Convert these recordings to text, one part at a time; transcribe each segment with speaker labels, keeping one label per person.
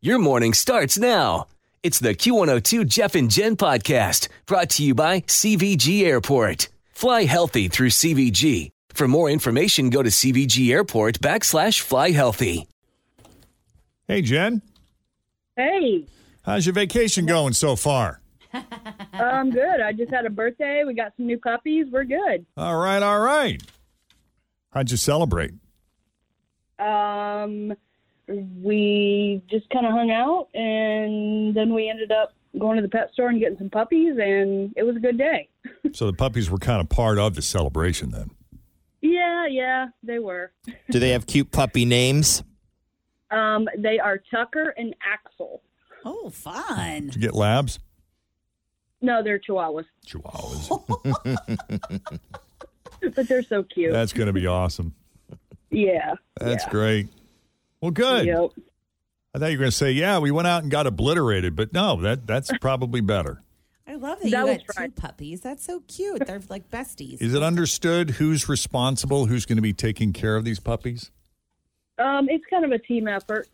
Speaker 1: Your morning starts now. It's the Q102 Jeff and Jen podcast brought to you by CVG Airport. Fly healthy through CVG. For more information, go to CVG Airport backslash fly healthy.
Speaker 2: Hey, Jen.
Speaker 3: Hey,
Speaker 2: How's your vacation going so far?
Speaker 3: I'm good. I just had a birthday. We got some new puppies. We're good.
Speaker 2: All right, all right. How'd you celebrate?
Speaker 3: Um, we just kind of hung out, and then we ended up going to the pet store and getting some puppies, and it was a good day.
Speaker 2: So the puppies were kind of part of the celebration then.
Speaker 3: Yeah, yeah, they were.
Speaker 4: Do they have cute puppy names?
Speaker 3: Um, they are Tucker and Axel.
Speaker 5: Oh, fun.
Speaker 2: Did you get labs?
Speaker 3: No, they're Chihuahuas,
Speaker 2: Chihuahuas.
Speaker 3: but they're so cute.
Speaker 2: That's going to be awesome.
Speaker 3: yeah,
Speaker 2: That's
Speaker 3: yeah.
Speaker 2: great. Well, good.
Speaker 3: Yep.
Speaker 2: I thought you were going to say, yeah, we went out and got obliterated, but no, that that's probably better.
Speaker 5: I love that,
Speaker 3: That
Speaker 5: you
Speaker 3: was
Speaker 5: got
Speaker 3: right.
Speaker 5: two puppies. That's so cute. They're like besties.
Speaker 2: Is it understood who's responsible, who's going to be taking care of these puppies?
Speaker 3: Um, it's kind of a team effort.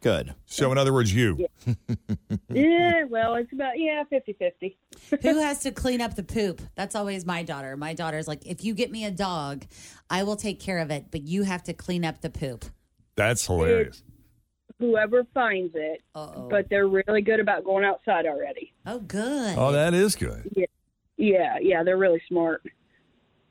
Speaker 4: Good.
Speaker 2: So, in other words, you. Mm-hmm.
Speaker 3: yeah, well, it's about yeah, 50-50.
Speaker 5: Who has to clean up the poop? That's always my daughter. My daughter's like, if you get me a dog, I will take care of it, but you have to clean up the poop.
Speaker 2: That's hilarious.
Speaker 3: Whoever finds it,
Speaker 5: Uh-oh.
Speaker 3: but they're really good about going outside already.
Speaker 5: Oh, good.
Speaker 2: Oh, that is good.
Speaker 3: Yeah, yeah, they're really smart.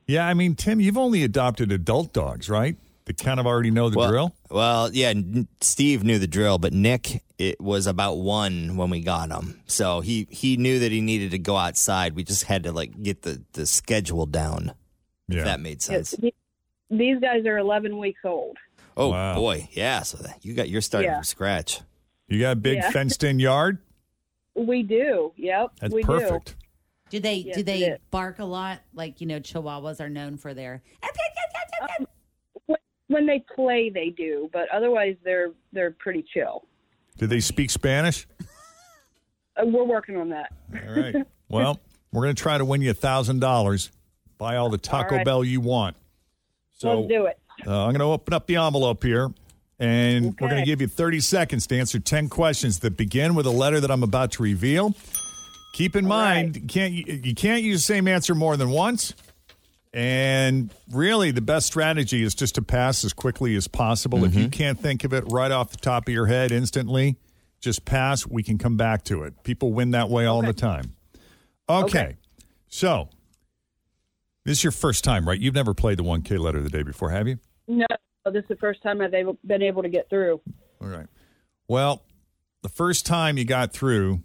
Speaker 2: Yeah, I mean, Tim, you've only adopted adult dogs, right? They kind of already know the
Speaker 4: well,
Speaker 2: drill.
Speaker 4: Well, yeah. N- Steve knew the drill, but Nick, it was about one when we got him, so he he knew that he needed to go outside. We just had to like get the the schedule down. If that made sense.
Speaker 3: These guys are 11 weeks old.
Speaker 4: Oh
Speaker 2: Wow.
Speaker 4: boy, yeah. So that, you got you're starting
Speaker 3: Yeah.
Speaker 4: from scratch.
Speaker 2: You got a big
Speaker 3: Yeah.
Speaker 2: fenced in yard?
Speaker 3: We do. Yep.
Speaker 2: That's
Speaker 3: we
Speaker 2: perfect.
Speaker 5: do they
Speaker 3: Yes,
Speaker 5: do
Speaker 3: it
Speaker 5: they
Speaker 3: is.
Speaker 5: bark a lot? Like you know, Chihuahuas are known for their.
Speaker 3: Uh-huh. do. When they play, they do, but otherwise, they're they're pretty chill.
Speaker 2: Did they speak Spanish?
Speaker 3: Uh, we're working on that.
Speaker 2: All right. well, we're going to try to win you a $1,000. Buy all the Taco
Speaker 3: right.
Speaker 2: Bell you want. So
Speaker 3: Let's do it.
Speaker 2: Uh, I'm going to open up the envelope here, and we're going to
Speaker 3: Okay.
Speaker 2: give you 30 seconds to answer 10 questions that begin with a letter that I'm about to reveal. Keep in mind, you can't you you can't use the same answer more than once. And really, the best strategy is just to pass as quickly as possible. If you can't think of it right off the top of your head instantly, just pass. We can come back to it. People win that way all the time. okay. So, this is your first time, right? You've never played the 1K letter the day before, have you?
Speaker 3: No, this is the first time I've able, been able to get through.
Speaker 2: All right. Well, the first time you got through,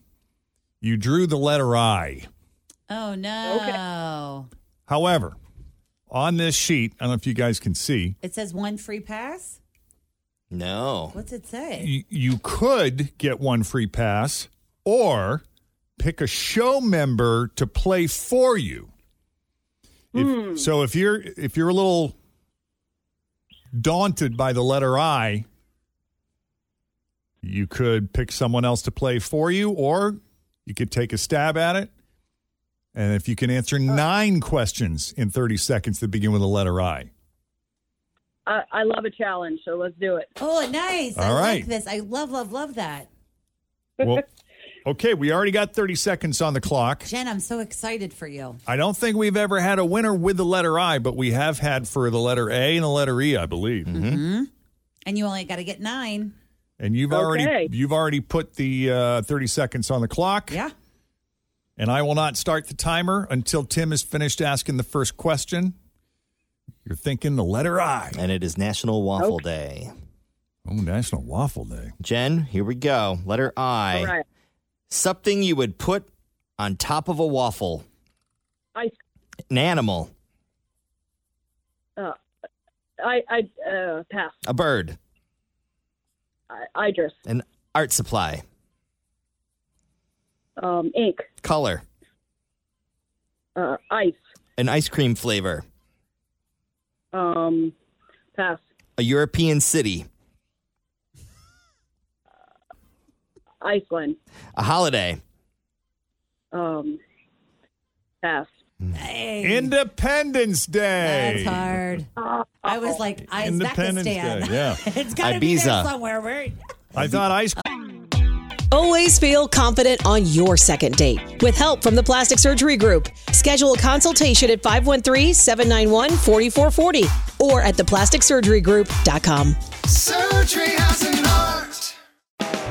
Speaker 2: you drew the letter I.
Speaker 5: Oh no!
Speaker 2: However, on this sheet, I don't know if you guys can see,
Speaker 5: It says one free pass.
Speaker 4: No.
Speaker 5: What's it say?
Speaker 2: you, you could get one free pass or pick a show member to play for you. If, So if you're if you're a little daunted by the letter I, you could pick someone else to play for you, or you could take a stab at it. And if you can answer nine questions in 30 seconds that begin with the letter I,
Speaker 3: I, I love a challenge, so let's do it.
Speaker 5: Oh, nice. I
Speaker 2: All
Speaker 5: like
Speaker 2: right.
Speaker 5: this. I love, love, love that.
Speaker 2: well, okay, we already got 30 seconds on the clock.
Speaker 5: Jen, I'm so excited for you.
Speaker 2: I don't think we've ever had a winner with the letter I, but we have
Speaker 5: Mm-hmm. Hmm?
Speaker 2: had for the letter A and the letter E, I believe.
Speaker 5: And you only got to get nine.
Speaker 2: And you've
Speaker 3: Okay.
Speaker 2: already you've already put the uh, 30 seconds on the clock.
Speaker 5: Yeah.
Speaker 2: And I will not start the timer until Tim is finished asking the first question. You're thinking the letter I.
Speaker 4: And it is National Waffle Day.
Speaker 2: Oh, National Waffle Day.
Speaker 4: Jen, here we go. Letter I.
Speaker 3: All right.
Speaker 4: Something you would put on top of a waffle.
Speaker 3: I,
Speaker 4: An animal.
Speaker 3: uh, I, I, uh, pass.
Speaker 4: A bird.
Speaker 3: I, Idris.
Speaker 4: An art supply.
Speaker 3: Um, ink.
Speaker 4: Color.
Speaker 3: Uh, ice.
Speaker 4: An ice cream flavor.
Speaker 3: Um, pass.
Speaker 4: A European city.
Speaker 3: Iceland.
Speaker 4: A holiday.
Speaker 3: Um, pass.
Speaker 5: Hey,
Speaker 2: Independence Day.
Speaker 5: that's hard. I was like,
Speaker 2: Independence
Speaker 5: Uzbekistan.
Speaker 2: Day, yeah.
Speaker 5: it's got to be there
Speaker 4: Ibiza.
Speaker 5: somewhere. Where
Speaker 2: I thought ice
Speaker 6: Always feel confident on your second date. With help from the Plastic Surgery Group, schedule a consultation at 513-791-4440 or at theplasticsurgerygroup.com.
Speaker 7: Surgery has an art.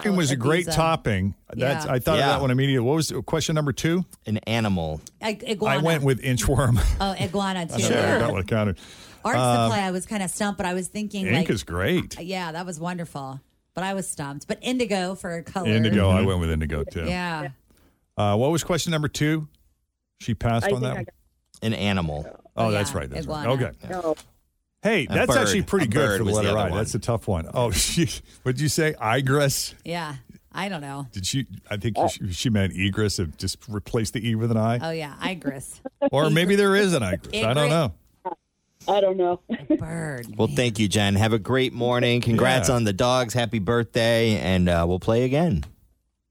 Speaker 2: cream was a great
Speaker 5: Ibiza.
Speaker 2: topping. That's
Speaker 5: Yeah.
Speaker 2: I thought of
Speaker 4: Yeah.
Speaker 2: that one immediately. What was question number two?
Speaker 4: An animal.
Speaker 5: I, iguana.
Speaker 2: I went with inchworm.
Speaker 5: oh, iguana too.
Speaker 2: I don't know if that would count.
Speaker 5: Art
Speaker 2: Uh,
Speaker 5: supply. I was kind of stumped, but I was thinking
Speaker 2: Ink
Speaker 5: like,
Speaker 2: is great.
Speaker 5: yeah, that was wonderful. But I was stumped. But indigo for color.
Speaker 2: Indigo.
Speaker 4: Mm-hmm.
Speaker 2: I went with indigo too.
Speaker 5: Yeah.
Speaker 2: Uh, what was question number two? She passed
Speaker 3: I
Speaker 2: on that
Speaker 3: think I
Speaker 2: one.
Speaker 4: An animal.
Speaker 2: Oh,
Speaker 5: Oh,
Speaker 2: that's
Speaker 5: yeah,
Speaker 2: right. That's right.
Speaker 5: iguana.
Speaker 2: Okay.
Speaker 3: got, no,
Speaker 2: Hey,
Speaker 4: A
Speaker 2: that's
Speaker 4: bird.
Speaker 2: actually pretty
Speaker 4: A
Speaker 2: good
Speaker 4: bird
Speaker 2: for the
Speaker 4: was the
Speaker 2: letter
Speaker 4: other
Speaker 2: I.
Speaker 4: one.
Speaker 2: That's a tough one. Oh, she, what'd you say? Igress?
Speaker 5: Yeah. I don't know.
Speaker 2: Did she? I think
Speaker 4: Oh.
Speaker 2: she, she meant egress and just replace the e with an i,
Speaker 5: Oh yeah, igris.
Speaker 2: or
Speaker 5: E.
Speaker 2: maybe there is an igress. I don't
Speaker 5: Igri-
Speaker 2: know.
Speaker 3: I don't know.
Speaker 5: Bird.
Speaker 4: Well, thank you, Jen. Have a great morning. Congrats
Speaker 2: Yeah.
Speaker 4: on the dogs. Happy birthday. And uh, we'll play again.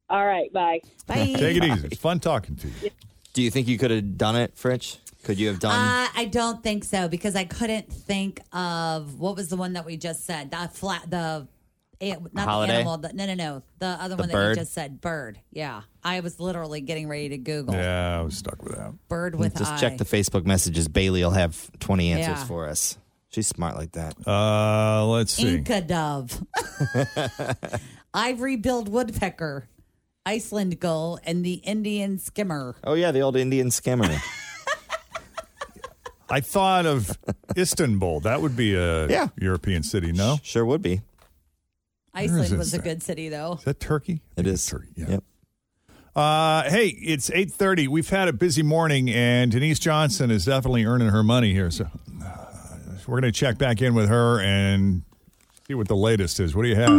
Speaker 3: All right. Bye.
Speaker 5: Bye.
Speaker 2: Take it easy. It's fun talking to you.
Speaker 4: Do you think you could have done it, Fritch? Could you have done?
Speaker 5: Uh, I don't think so because I couldn't think of what was the one that we just said. That flat the it, not
Speaker 4: Holiday?
Speaker 5: the animal. The, no, no, no. The other one that
Speaker 4: bird?
Speaker 5: you just said, bird. Yeah, I was literally getting ready to Google
Speaker 2: Yeah, I was stuck with that.
Speaker 5: bird with
Speaker 4: Just
Speaker 5: eye.
Speaker 4: check the Facebook messages. Bailey will have 20 answers
Speaker 5: Yeah.
Speaker 4: for us. She's smart like that.
Speaker 2: Uh, let's see.
Speaker 5: Inca dove. Ivory billed woodpecker, Iceland gull, and the Indian skimmer.
Speaker 4: Oh, yeah, the old Indian scammer.
Speaker 2: I thought of Istanbul. That would be a
Speaker 4: Yeah.
Speaker 2: European city. No,
Speaker 4: sure would be.
Speaker 2: is
Speaker 5: Iceland was a
Speaker 2: that?
Speaker 5: good city though.
Speaker 2: is that Turkey? I
Speaker 4: It
Speaker 2: think it's
Speaker 4: is.
Speaker 2: Turkey. Yeah.
Speaker 4: Yep.
Speaker 2: Uh, hey, it's eight thirty. We've had a busy morning, and Denise Johnson is definitely earning her money here. So uh, we're going to check back in with her and see what the latest is. What do you have?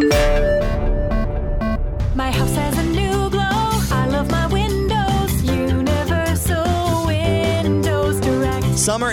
Speaker 8: My house has a new glow. I love my windows. Universal Windows Direct.
Speaker 4: Summer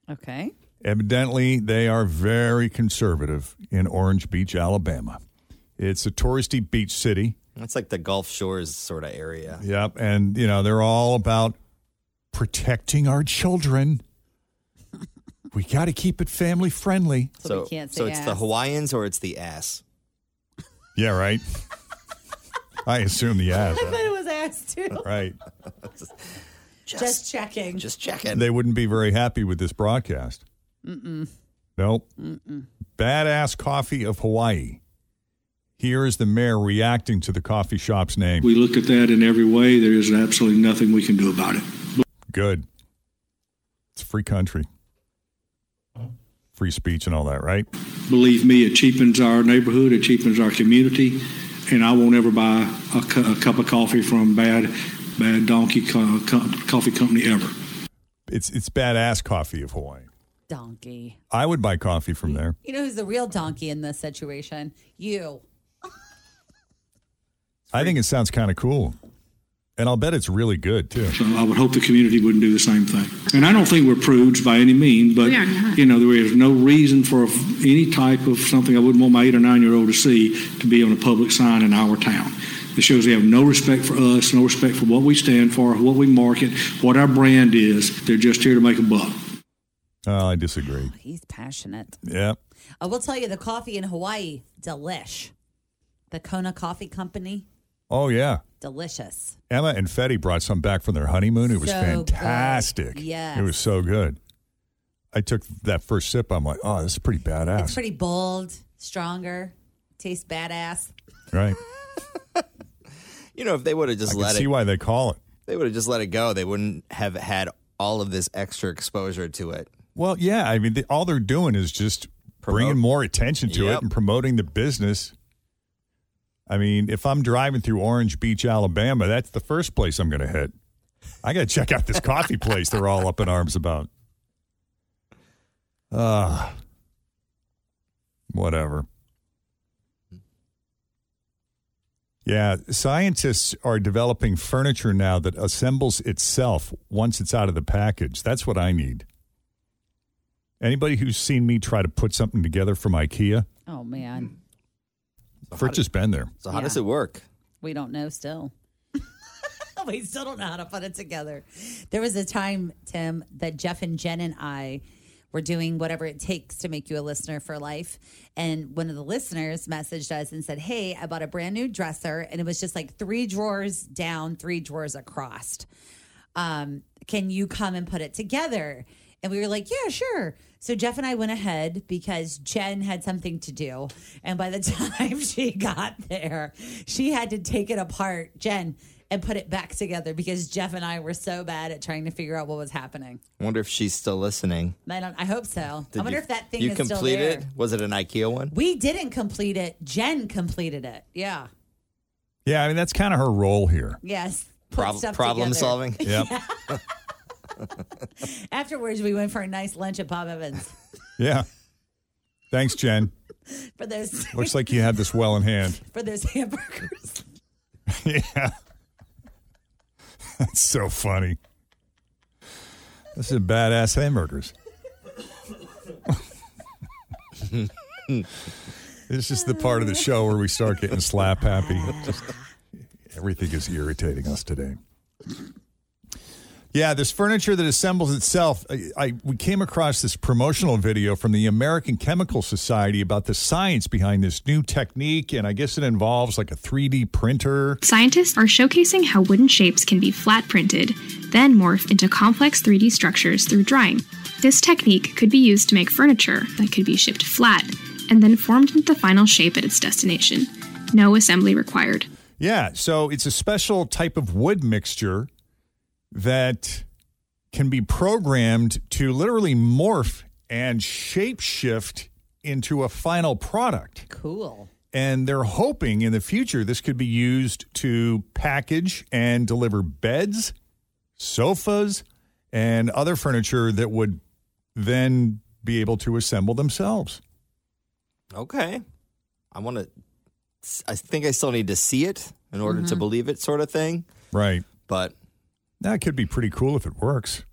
Speaker 9: Okay.
Speaker 2: Evidently, they are very conservative in Orange Beach, Alabama. It's a touristy beach city.
Speaker 4: That's like the Gulf Shores sort of area.
Speaker 2: Yep. And, you know, they're all about protecting our children. we got to keep it family friendly.
Speaker 4: So,
Speaker 5: we can't
Speaker 4: so
Speaker 5: say
Speaker 4: it's the
Speaker 5: ass.
Speaker 4: Hawaiians or it's the ass.
Speaker 2: Yeah, right. I assume the
Speaker 5: I
Speaker 2: ass.
Speaker 5: thought it was asked too.
Speaker 2: Right.
Speaker 5: Just, checking.
Speaker 4: Just checking.
Speaker 2: They wouldn't be very happy with this broadcast.
Speaker 5: Mm-mm.
Speaker 2: Nope. Badass Coffee of Hawaii. Here is the mayor reacting to the coffee shop's name.
Speaker 10: We look at that in every way. There is absolutely nothing we can do about it.
Speaker 2: Good. It's a free country. Free speech and all that, right?
Speaker 10: Believe me, it cheapens our neighborhood, it cheapens our community, and I won't ever buy a, cu- a cup of coffee from bad, bad donkey co- co- coffee company ever.
Speaker 2: It's it's badass coffee of Hawaii.
Speaker 5: Donkey.
Speaker 2: I would buy coffee from there.
Speaker 5: You know who's the real donkey in this situation? You.
Speaker 2: I think it sounds kind of cool. And I'll bet it's really good too.
Speaker 10: So I would hope the community wouldn't do the same thing. And I don't think we're prudes by any means, but
Speaker 11: We are not.
Speaker 10: you know there is no reason for any type of something I wouldn't want my eight or nine year old to see to be on a public sign in our town. It shows they have no respect for us, no respect for what we stand for, what we market, what our brand is. They're just here to make a buck.
Speaker 2: Oh, I disagree.
Speaker 5: He's passionate.
Speaker 2: Yeah.
Speaker 5: I will tell you the coffee in Hawaii, delish. The Kona Coffee Company,
Speaker 2: Oh yeah.
Speaker 5: delicious.
Speaker 2: Emma and Fetty brought some back from their honeymoon. It was
Speaker 5: So good.
Speaker 2: fantastic.
Speaker 5: Yes.
Speaker 2: It was so good. I took that first sip. I'm like, oh, this is pretty badass.
Speaker 5: It's pretty bold, stronger, tastes badass.
Speaker 2: right.
Speaker 4: You know, if they would have
Speaker 2: I
Speaker 4: just
Speaker 2: can
Speaker 4: let
Speaker 2: see
Speaker 4: it,
Speaker 2: why they call it.
Speaker 4: they would have just let it go. They wouldn't have had all of this extra exposure to it.
Speaker 2: Well, yeah. I mean, the, all they're doing is just bringing more attention to it
Speaker 4: Yep.
Speaker 2: and promoting the business. I mean, if I'm driving through Orange Beach, Alabama, that's the first place I'm going to hit. I got to check out this coffee place they're all up in arms about. Ah, whatever. Yeah, scientists are developing furniture now that assembles itself once it's out of the package. That's what I need. Anybody who's seen me try to put something together from IKEA,
Speaker 5: Oh man,
Speaker 2: Fritz has been there.
Speaker 4: So how does
Speaker 5: Yeah.
Speaker 4: it work?
Speaker 5: we don't know still. we still don't know how to put it together. There was a time, Tim, that Jeff and Jen and I were doing whatever it takes to make you a listener for life. And one of the listeners messaged us and said, Hey, I bought a brand new dresser, and it was just like three drawers down, three drawers across. um, can you come and put it together? And we were like, yeah, sure. So Jeff and I went ahead because Jen had something to do. And by the time she got there, she had to take it apart, Jen, and put it back together because Jeff and I were so bad at trying to figure out what was happening.
Speaker 4: I wonder if she's still listening.
Speaker 5: I, don't, I hope so. I
Speaker 4: Did
Speaker 5: wonder
Speaker 4: you-
Speaker 5: if that thing
Speaker 4: you
Speaker 5: is still
Speaker 4: completed.
Speaker 5: there.
Speaker 4: it? Was it an IKEA one?
Speaker 5: We didn't complete it. Jen completed it. Yeah.
Speaker 2: Yeah, I mean that's kind of her role here.
Speaker 5: Yes. Put
Speaker 4: Prob-
Speaker 5: stuff
Speaker 4: problem
Speaker 5: together.
Speaker 4: solving.
Speaker 2: Yep.
Speaker 5: Afterwards, we went for a nice lunch at Bob Evans
Speaker 2: yeah. Thanks, Jen.
Speaker 5: for those
Speaker 2: Looks like you had this well in hand.
Speaker 5: for those hamburgers.
Speaker 2: yeah. That's so funny. This is badass hamburgers. this is the part of the show where we start getting slap happy. Just- everything is irritating us today. Yeah, this furniture that assembles itself. I, I we came across this promotional video from the American Chemical Society about the science behind this new technique, and I guess it involves like a 3D printer.
Speaker 11: Scientists are showcasing how wooden shapes can be flat printed, then morph into complex 3D structures through drying. This technique could be used to make furniture that could be shipped flat and then formed into the final shape at its destination. No assembly required.
Speaker 2: Yeah, so it's a special type of wood mixture that can be programmed to literally morph and shapeshift into a final product.
Speaker 5: Cool.
Speaker 2: And they're hoping in the future this could be used to package and deliver beds, sofas, and other furniture that would then be able to assemble themselves.
Speaker 4: Okay. I want to. I think I still need to see it in order to
Speaker 5: Mm-hmm.
Speaker 2: Mhm.
Speaker 4: believe it, sort of thing.
Speaker 2: Right.
Speaker 4: But
Speaker 2: that could be pretty cool if it works.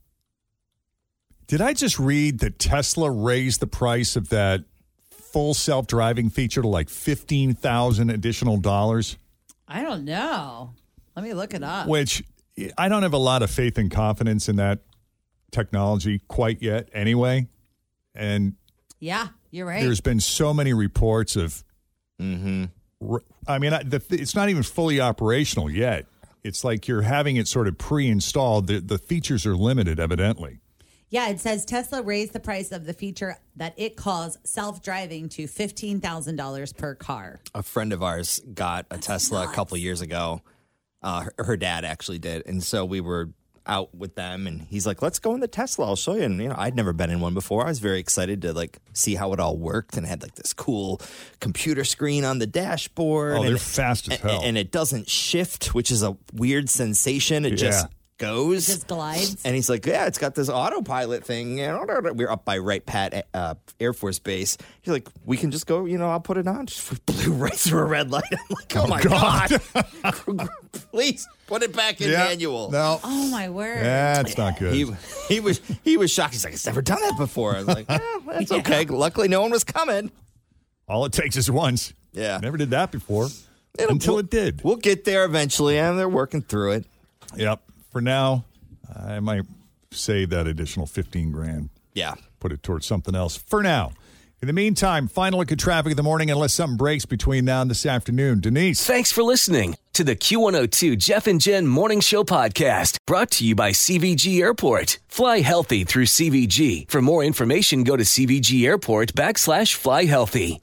Speaker 2: Did I just read that Tesla raised the price of that full self-driving feature to like 15,000 additional dollars,
Speaker 5: I don't know. Let me look it up.
Speaker 2: which I don't have a lot of faith and confidence in that technology quite yet anyway. And
Speaker 5: Yeah, you're right.
Speaker 2: there's been so many reports of r- i mean I, the, th- it's not even fully operational yet it's like you're having it sort of pre-installed the, the features are limited evidently
Speaker 5: Yeah, it says Tesla raised the price of the feature that it calls self driving to $15,000 per car.
Speaker 4: a friend of ours got a Tesla a couple years ago. Uh, her, her dad actually did, and so we were out with them, and he's like, "Let's go in the Tesla. I'll show you." And you know, I'd never been in one before. I was very excited to like see how it all worked, and it had like this cool computer screen on the dashboard.
Speaker 2: Oh,
Speaker 4: and
Speaker 2: they're
Speaker 4: it-
Speaker 2: fast as
Speaker 4: and-
Speaker 2: hell.
Speaker 4: and it doesn't shift, which is a weird sensation. It just goes,
Speaker 5: It just glides.
Speaker 4: and he's like, "Yeah, it's got this autopilot thing." you know, da- da- We're up by Wright Pat uh, Air Force Base. He's like, "We can just go. You know, I'll put it on." Just blew right through a red light. I'm like, "Oh, my god. Please put it back in
Speaker 2: Yeah,
Speaker 4: manual."
Speaker 2: no.
Speaker 5: Oh, my word.
Speaker 2: that's not good
Speaker 4: He he was he was shocked. He's like, "It's never done that before." I was like, "Oh, "That's okay." Luckily, no one was coming.
Speaker 2: all it takes is once
Speaker 4: yeah
Speaker 2: never did that before until it did
Speaker 4: we'll get there eventually and they're working through it
Speaker 2: yep for now i might save that additional 15 grand
Speaker 4: yeah
Speaker 2: put it towards something else for now in the meantime final look at traffic in the morning unless something breaks between now and this afternoon denise
Speaker 1: Thanks for listening to the Q102 Jeff and Jen Morning Show Podcast, brought to you by CVG Airport. Fly healthy through CVG. For more information, go to CVG Airport backslash fly healthy.